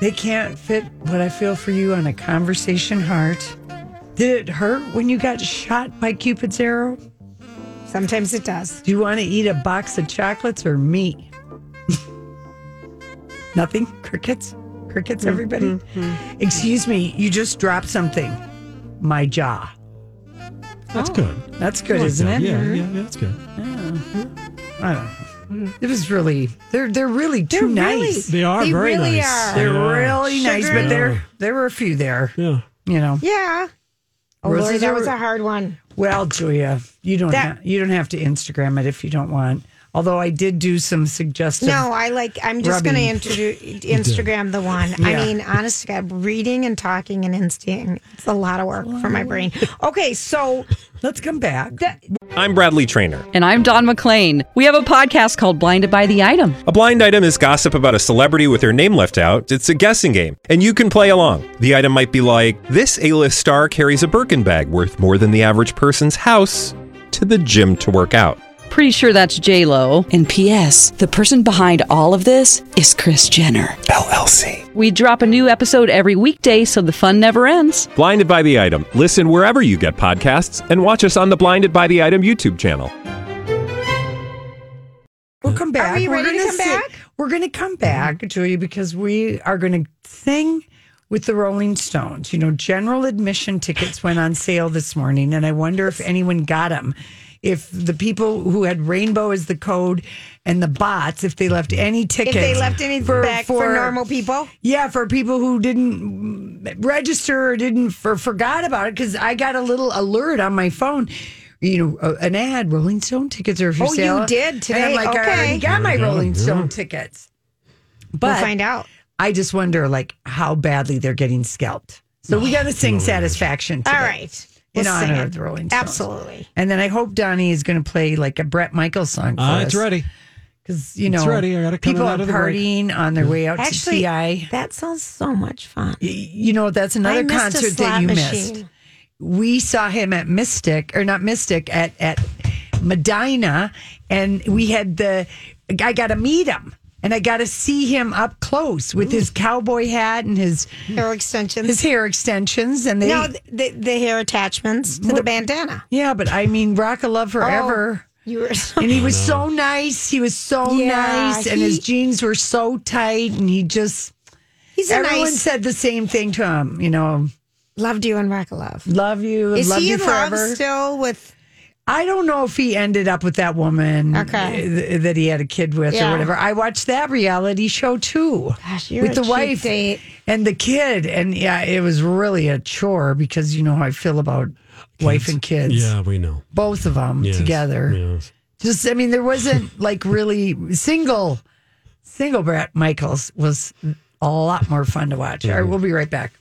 Speaker 2: They can't fit what I feel for you on a conversation heart. Did it hurt when you got shot by Cupid's arrow?
Speaker 3: Sometimes it does.
Speaker 2: Do you want to eat a box of chocolates or me? Nothing? Crickets? Crickets,
Speaker 1: Mm-hmm,
Speaker 2: everybody? Excuse me, you just dropped something. My jaw.
Speaker 1: That's good.
Speaker 2: That's good,
Speaker 1: I like
Speaker 2: Oh, isn't
Speaker 1: that.
Speaker 2: it?
Speaker 1: Yeah,
Speaker 2: Mm-hmm.
Speaker 1: yeah, yeah, that's good.
Speaker 2: I don't know. It was really they're they're really too
Speaker 3: really-
Speaker 2: nice.
Speaker 1: They are
Speaker 3: They
Speaker 1: very
Speaker 3: really
Speaker 1: nice.
Speaker 3: are.
Speaker 1: They
Speaker 2: They're
Speaker 1: are.
Speaker 2: really nice,
Speaker 3: Sugar.
Speaker 2: but there there were a few there.
Speaker 1: Yeah.
Speaker 2: You know.
Speaker 3: Yeah. Oh,
Speaker 2: Roses
Speaker 3: Lori, that
Speaker 2: are-
Speaker 3: was a hard one.
Speaker 2: Well, Julia, you don't
Speaker 3: That-
Speaker 2: ha- you don't have to Instagram it if you don't want. Although I did do some suggestive.
Speaker 3: No, I like. I'm just going to
Speaker 2: Rubbing.
Speaker 3: introduce Instagram the one.
Speaker 2: Yeah.
Speaker 3: I mean, honest to God, reading and talking and instinct. It's a lot of work for my brain. Okay, so
Speaker 2: Let's come back.
Speaker 12: I'm Bradley Trainer.
Speaker 13: And I'm Don McClain. We have a podcast called Blinded by the Item.
Speaker 12: A blind item is gossip about a celebrity with their name left out. It's a guessing game, and you can play along. The item might be like this: A-list star carries a Birkin bag worth more than the average person's house to the gym to work out.
Speaker 13: Pretty sure that's J Lo. And P.S. The person behind all of this is Chris Jenner
Speaker 12: LLC.
Speaker 13: We drop a new episode every weekday, so the fun never ends.
Speaker 12: Blinded by the item. Listen wherever you get podcasts, and watch us on the Blinded by the Item YouTube channel.
Speaker 2: We'll come back.
Speaker 3: we
Speaker 2: We're
Speaker 3: ready to
Speaker 2: gonna
Speaker 3: come
Speaker 2: sit-
Speaker 3: back? Mm-hmm.
Speaker 2: We're going to come back, Julia, because we are going to sing with the Rolling Stones. You know, general admission tickets went on sale this morning, and I wonder if anyone got them. If the people who had rainbow as the code and the bots, if they left any
Speaker 3: if
Speaker 2: tickets,
Speaker 3: they left anything back for,
Speaker 2: for-
Speaker 3: normal people,
Speaker 2: Yeah, for people who didn't mm, register or didn't for forgot about it, because I got a little alert on my phone. You know, a- an ad: Rolling Stone tickets are for
Speaker 3: Oh, you
Speaker 2: sale.
Speaker 3: did
Speaker 2: And
Speaker 3: today?
Speaker 2: I'm like, I
Speaker 3: Okay.
Speaker 2: already got my
Speaker 1: There we go.
Speaker 2: Rolling Stone
Speaker 1: Mm-hmm. Yeah.
Speaker 2: tickets.
Speaker 3: we'll
Speaker 2: But
Speaker 3: find out.
Speaker 2: I just wonder, like, how badly they're getting scalped. So we got to sing "Satisfaction." Today
Speaker 3: All right.
Speaker 2: in
Speaker 3: We'll sing
Speaker 2: honor
Speaker 3: it.
Speaker 2: of the Rolling Stones.
Speaker 3: Absolutely.
Speaker 2: And then I hope Donnie is going to play like a Brett Michaels song. For
Speaker 1: Uh, it's
Speaker 2: us.
Speaker 1: ready.
Speaker 2: because you
Speaker 1: It's
Speaker 2: know
Speaker 1: ready. I gotta come
Speaker 2: people
Speaker 1: in
Speaker 2: are
Speaker 1: out of the break.
Speaker 2: partying on their way out to
Speaker 3: Actually,
Speaker 2: CI.
Speaker 3: that sounds so much fun.
Speaker 2: Y- you know that's
Speaker 3: I
Speaker 2: another
Speaker 3: missed a
Speaker 2: concert that
Speaker 3: slot
Speaker 2: you
Speaker 3: machine.
Speaker 2: missed we saw him at mystic or not mystic at at medina and we had the i got to meet him and i got to see him up close with his cowboy hat and his
Speaker 3: Hair extensions.
Speaker 2: his hair extensions and they
Speaker 3: no, the, the hair attachments to the bandana.
Speaker 2: yeah but i mean rock of
Speaker 3: Oh.
Speaker 2: love forever
Speaker 3: You were
Speaker 2: And he was so nice. He was so
Speaker 3: Yeah,
Speaker 2: nice, and his
Speaker 3: he-
Speaker 2: jeans were so tight. And he just—everyone
Speaker 3: he's a nice.
Speaker 2: said the same thing to him. You know,
Speaker 3: loved you and Rock of Love.
Speaker 2: love you,
Speaker 3: Is
Speaker 2: love
Speaker 3: he
Speaker 2: you
Speaker 3: in
Speaker 2: forever.
Speaker 3: love still with?
Speaker 2: I don't know if he ended up with that woman
Speaker 3: Okay.
Speaker 2: th- that he had a kid with
Speaker 3: Yeah.
Speaker 2: or whatever. I watched that reality show too
Speaker 3: Gosh, you're
Speaker 2: with
Speaker 3: a
Speaker 2: the
Speaker 3: cheap
Speaker 2: wife
Speaker 3: date.
Speaker 2: and the kid. And yeah, it was really a chore because you know how I feel about wife and kids.
Speaker 1: Yeah, we know.
Speaker 2: Both of them
Speaker 1: Yes,
Speaker 2: together.
Speaker 1: yes.
Speaker 2: Just, I mean, there wasn't like really single, single Brett Michaels was a lot more fun to watch. All right,
Speaker 1: Mm-hmm.
Speaker 2: we'll be right back.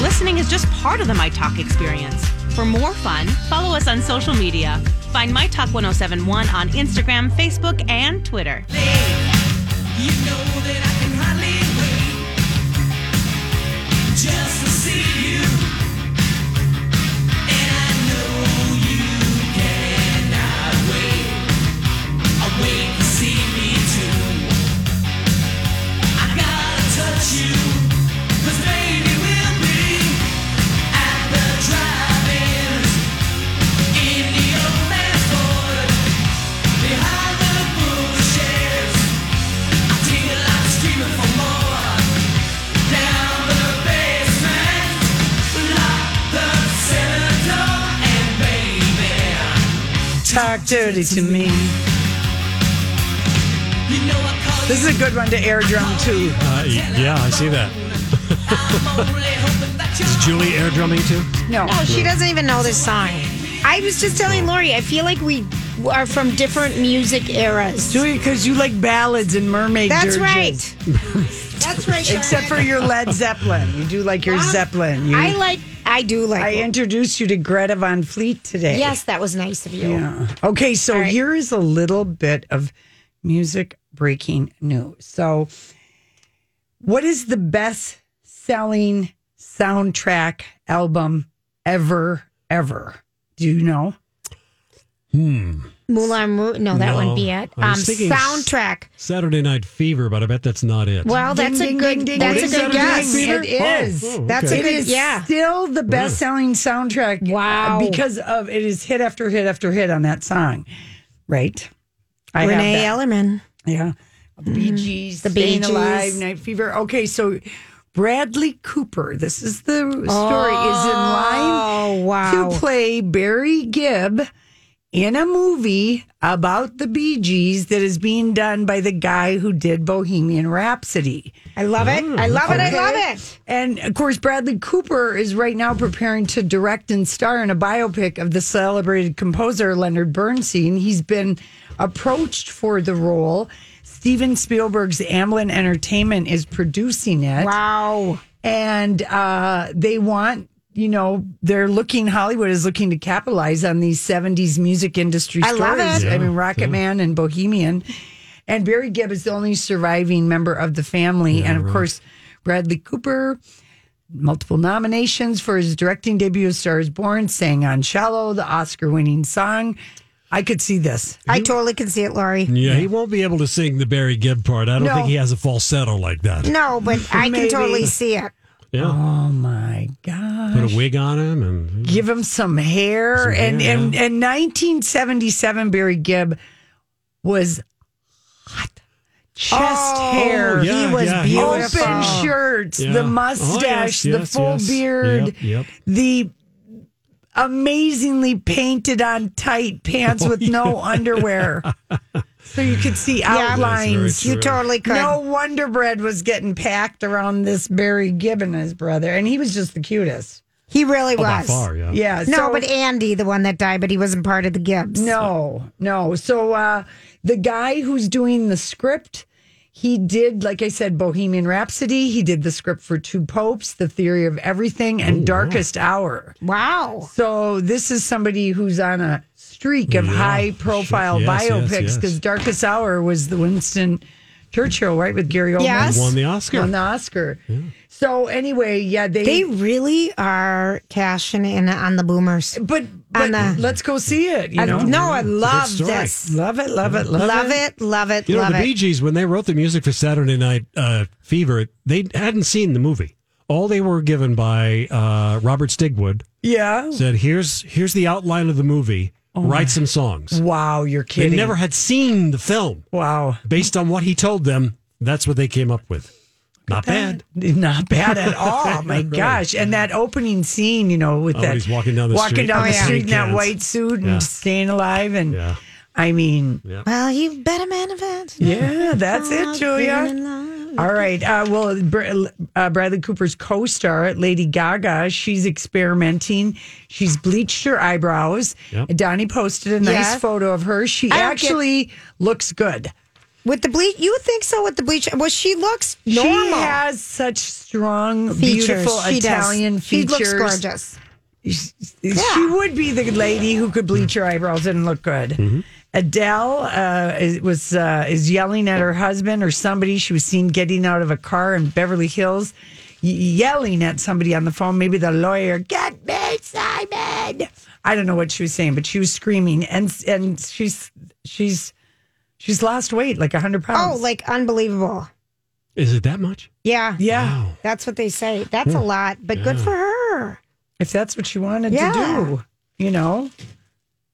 Speaker 11: Listening is just part of the My Talk experience. For more fun, follow us on social media. Find My Talk 1071 on Instagram, Facebook, and Twitter.
Speaker 5: You know that I can hardly wait
Speaker 2: talk dirty to me. This is a good one to air drum too.
Speaker 1: Uh, y- yeah, I see that. Is Julie air drumming too?
Speaker 3: No. No, Oh, she doesn't even know this song. I was just telling Lori, I feel like we are from different music eras.
Speaker 2: Julie, because you like ballads and mermaid. dirges.
Speaker 3: That's right. That's right. Sharon.
Speaker 2: Except for your Led Zeppelin, you do like your
Speaker 3: Huh?
Speaker 2: Zeppelin. You,
Speaker 3: Ah, I like. I do like.
Speaker 2: I
Speaker 3: it.
Speaker 2: introduced you to Greta Von Fleet today.
Speaker 3: Yes, that was nice of you.
Speaker 2: Yeah. Okay, so here is a little bit of music breaking news. So, what is the best selling soundtrack album ever, ever? Do you know?
Speaker 1: Hmm.
Speaker 3: Moulin Rouge. No, that
Speaker 1: No,
Speaker 3: wouldn't be it.
Speaker 1: I
Speaker 3: Um,
Speaker 1: was thinking s-
Speaker 3: soundtrack.
Speaker 1: Saturday Night Fever, but I bet that's not it.
Speaker 3: Well, Oh, that's a
Speaker 2: ding,
Speaker 3: good.
Speaker 2: ding, ding,
Speaker 3: that's
Speaker 2: ding,
Speaker 3: a good
Speaker 2: ding,
Speaker 3: guess.
Speaker 2: ding, ding.
Speaker 3: It is.
Speaker 1: Oh, okay.
Speaker 3: That's a
Speaker 2: It
Speaker 3: good.
Speaker 2: is
Speaker 3: yeah.
Speaker 2: still the best selling soundtrack. Wow. Because of it is hit after hit after hit on that song. Right? I have
Speaker 3: Renee
Speaker 2: that.
Speaker 3: Ellerman.
Speaker 2: Yeah. Bee Gees,
Speaker 3: The
Speaker 2: the
Speaker 3: Bee
Speaker 2: Staying Alive,
Speaker 3: Gees.
Speaker 2: Night Fever. Okay, so Bradley Cooper, this is the story,
Speaker 3: Oh,
Speaker 2: is in line
Speaker 3: wow.
Speaker 2: to play Barry Gibb in a movie about the Bee Gees that is being done by the guy who did Bohemian Rhapsody.
Speaker 3: I love it. I love it. I
Speaker 2: Okay.
Speaker 3: love it.
Speaker 2: And of course, Bradley Cooper is right now preparing to direct and star in a biopic of the celebrated composer Leonard Bernstein. He's been approached for the role. Steven Spielberg's Amblin Entertainment is producing it.
Speaker 3: Wow.
Speaker 2: And uh, they want, you know, they're looking, Hollywood is looking to capitalize on these 70s music industry
Speaker 3: I love
Speaker 2: stories.
Speaker 3: it.
Speaker 2: I mean,
Speaker 1: Yeah,
Speaker 2: Rocket
Speaker 1: yeah.
Speaker 2: Man and Bohemian. And Barry Gibb is the only surviving member of the family. and of course, Bradley Cooper, multiple nominations for his directing debut, of Stars Born, sang on Shallow, the Oscar winning song. I could see this.
Speaker 3: I totally can see it, Lori.
Speaker 1: Yeah, he won't be able to sing the Barry Gibb part. I don't
Speaker 2: No.
Speaker 1: think he has a falsetto like that.
Speaker 3: No, but I can
Speaker 2: Maybe.
Speaker 3: totally see it.
Speaker 1: Yeah,
Speaker 2: Oh my God.
Speaker 1: put a wig on him and
Speaker 2: give him some hair.
Speaker 1: Some hair,
Speaker 2: and, and and 1977, Barry Gibb was hot. Chest
Speaker 3: Oh,
Speaker 2: hair.
Speaker 3: he Yeah, was yeah, he was beautiful.
Speaker 2: Open shirts,
Speaker 1: Yeah.
Speaker 2: the
Speaker 1: Oh,
Speaker 2: mustache,
Speaker 1: yes,
Speaker 2: the
Speaker 1: yes,
Speaker 2: full
Speaker 1: yes.
Speaker 2: beard,
Speaker 1: Yep, yep.
Speaker 2: the amazingly painted on tight pants
Speaker 1: Oh,
Speaker 2: with no underwear. So you could see
Speaker 3: That's very
Speaker 2: outlines.
Speaker 3: You totally could.
Speaker 2: No wonder bread was getting packed around this Barry Gibb and his brother, and he was just the cutest.
Speaker 3: He really
Speaker 1: Oh, by
Speaker 3: was.
Speaker 1: far, yeah.
Speaker 2: Yeah.
Speaker 3: No,
Speaker 2: so-
Speaker 3: but Andy, the one that died, but he wasn't part of the Gibbs.
Speaker 2: No, no. So uh, the guy who's doing the script, he did, like I said, Bohemian Rhapsody. He did the script for Two Popes, The Theory of Everything, and Darkest Hour.
Speaker 3: Wow.
Speaker 2: So this is somebody who's on a streak of
Speaker 1: Yeah,
Speaker 2: high-profile
Speaker 1: sure. Yes, yes,
Speaker 2: biopics
Speaker 1: yes.
Speaker 2: because Darkest Hour was the Winston Churchill, right, with Gary Oldman.
Speaker 3: Yes.
Speaker 1: won the Oscar.
Speaker 2: Won the Oscar. So anyway, yeah,
Speaker 3: They really are cashing in on the boomers.
Speaker 2: But, but
Speaker 3: On the-
Speaker 2: let's go see it. You
Speaker 3: I-
Speaker 2: know,
Speaker 3: no, I love
Speaker 1: story.
Speaker 3: this.
Speaker 2: love it, love it, love,
Speaker 3: Love it, love it,
Speaker 1: You know,
Speaker 3: love
Speaker 1: the Bee
Speaker 3: it.
Speaker 1: Gees, when they wrote the music for Saturday Night uh, Fever, they hadn't seen the movie. All they were given by uh, Robert Stigwood
Speaker 2: Yeah.
Speaker 1: said, "Here's here's the outline of the movie. Write some songs."
Speaker 2: Wow, you're
Speaker 1: They
Speaker 2: Oh, kidding.
Speaker 1: never had seen the film.
Speaker 2: Wow.
Speaker 1: Based on what he told them, that's what they came up with. Not bad.
Speaker 2: Not bad at all. My
Speaker 1: Right.
Speaker 2: gosh. And that opening scene, you know, with
Speaker 1: Oh,
Speaker 2: that
Speaker 1: he's walking down the
Speaker 2: walking
Speaker 1: street Oh,
Speaker 2: down
Speaker 1: with
Speaker 2: the
Speaker 1: the
Speaker 2: street in that
Speaker 1: cans.
Speaker 2: white suit and
Speaker 1: Yeah.
Speaker 2: staying alive and
Speaker 1: Yeah.
Speaker 2: I mean
Speaker 3: Well, you've been a man of it.
Speaker 2: Yeah, that's it, Julia.
Speaker 3: Julia.
Speaker 2: All right. Uh, well, Br- uh, Bradley Cooper's co star, Lady Gaga, she's experimenting. She's bleached her eyebrows.
Speaker 1: Yep.
Speaker 2: Donnie posted a nice
Speaker 3: Yeah.
Speaker 2: photo of her. She
Speaker 3: I don't get-
Speaker 2: actually looks good.
Speaker 3: With the bleach, you think so? With the bleach, well, she looks
Speaker 2: She
Speaker 3: normal.
Speaker 2: has such strong,
Speaker 3: features.
Speaker 2: beautiful
Speaker 3: she
Speaker 2: Italian
Speaker 3: does.
Speaker 2: features.
Speaker 3: She looks gorgeous.
Speaker 2: She would be the lady who could bleach her eyebrows and look good. Adele uh, is, was uh, is yelling at her husband or somebody. She was seen getting out of a car in Beverly Hills, y- yelling at somebody on the phone. Maybe the lawyer, "Get me, Simon!" I don't know what she was saying, but she was screaming, and and she's she's she's lost weight, like hundred pounds.
Speaker 3: Oh, like unbelievable.
Speaker 1: Is it that much?
Speaker 3: Yeah,
Speaker 2: yeah.
Speaker 1: Wow.
Speaker 3: that's what they say. That's a lot, but good for her.
Speaker 2: if that's what she wanted
Speaker 3: Yeah.
Speaker 2: to do. You know,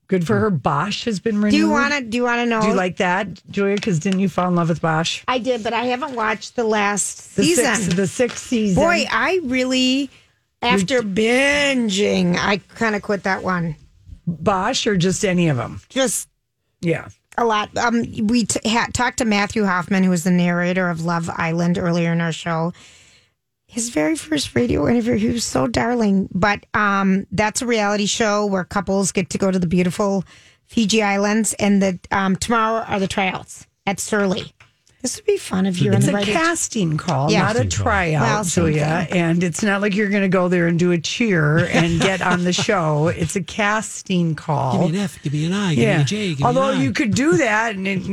Speaker 2: good for her. Bosch has been renewed.
Speaker 3: Do you want to? Do you want to know?
Speaker 2: Mm-hmm. Do you like that, Julia? Because didn't you fall in love with Bosch?
Speaker 3: I did, but I haven't watched the last
Speaker 2: The
Speaker 3: season.
Speaker 2: sixth, the sixth season.
Speaker 3: Boy, I really after binging, I kind of quit that one.
Speaker 2: Bosch or just any of them?
Speaker 3: Just
Speaker 2: yeah.
Speaker 3: a lot. Um, we t- ha- talked to Matthew Hoffman, who was the narrator of Love Island earlier in our show. His very first radio interview, he was so darling. But um, that's a reality show where couples get to go to the beautiful Fiji Islands, and the um, tomorrow are the tryouts at Surrey. This would be fun if you're
Speaker 2: it's
Speaker 3: in the
Speaker 2: a
Speaker 3: right age.
Speaker 2: casting call,
Speaker 3: Yeah.
Speaker 2: not a
Speaker 3: Casting call.
Speaker 2: tryout,
Speaker 3: Well, same
Speaker 2: Julia.
Speaker 3: thing.
Speaker 2: And it's not like you're going to go there and do a cheer and get on the show. It's a casting call.
Speaker 1: Give me an F, give me an I, give me
Speaker 2: yeah.
Speaker 1: a J, give me an
Speaker 2: Although
Speaker 1: I.
Speaker 2: you could do that, and it,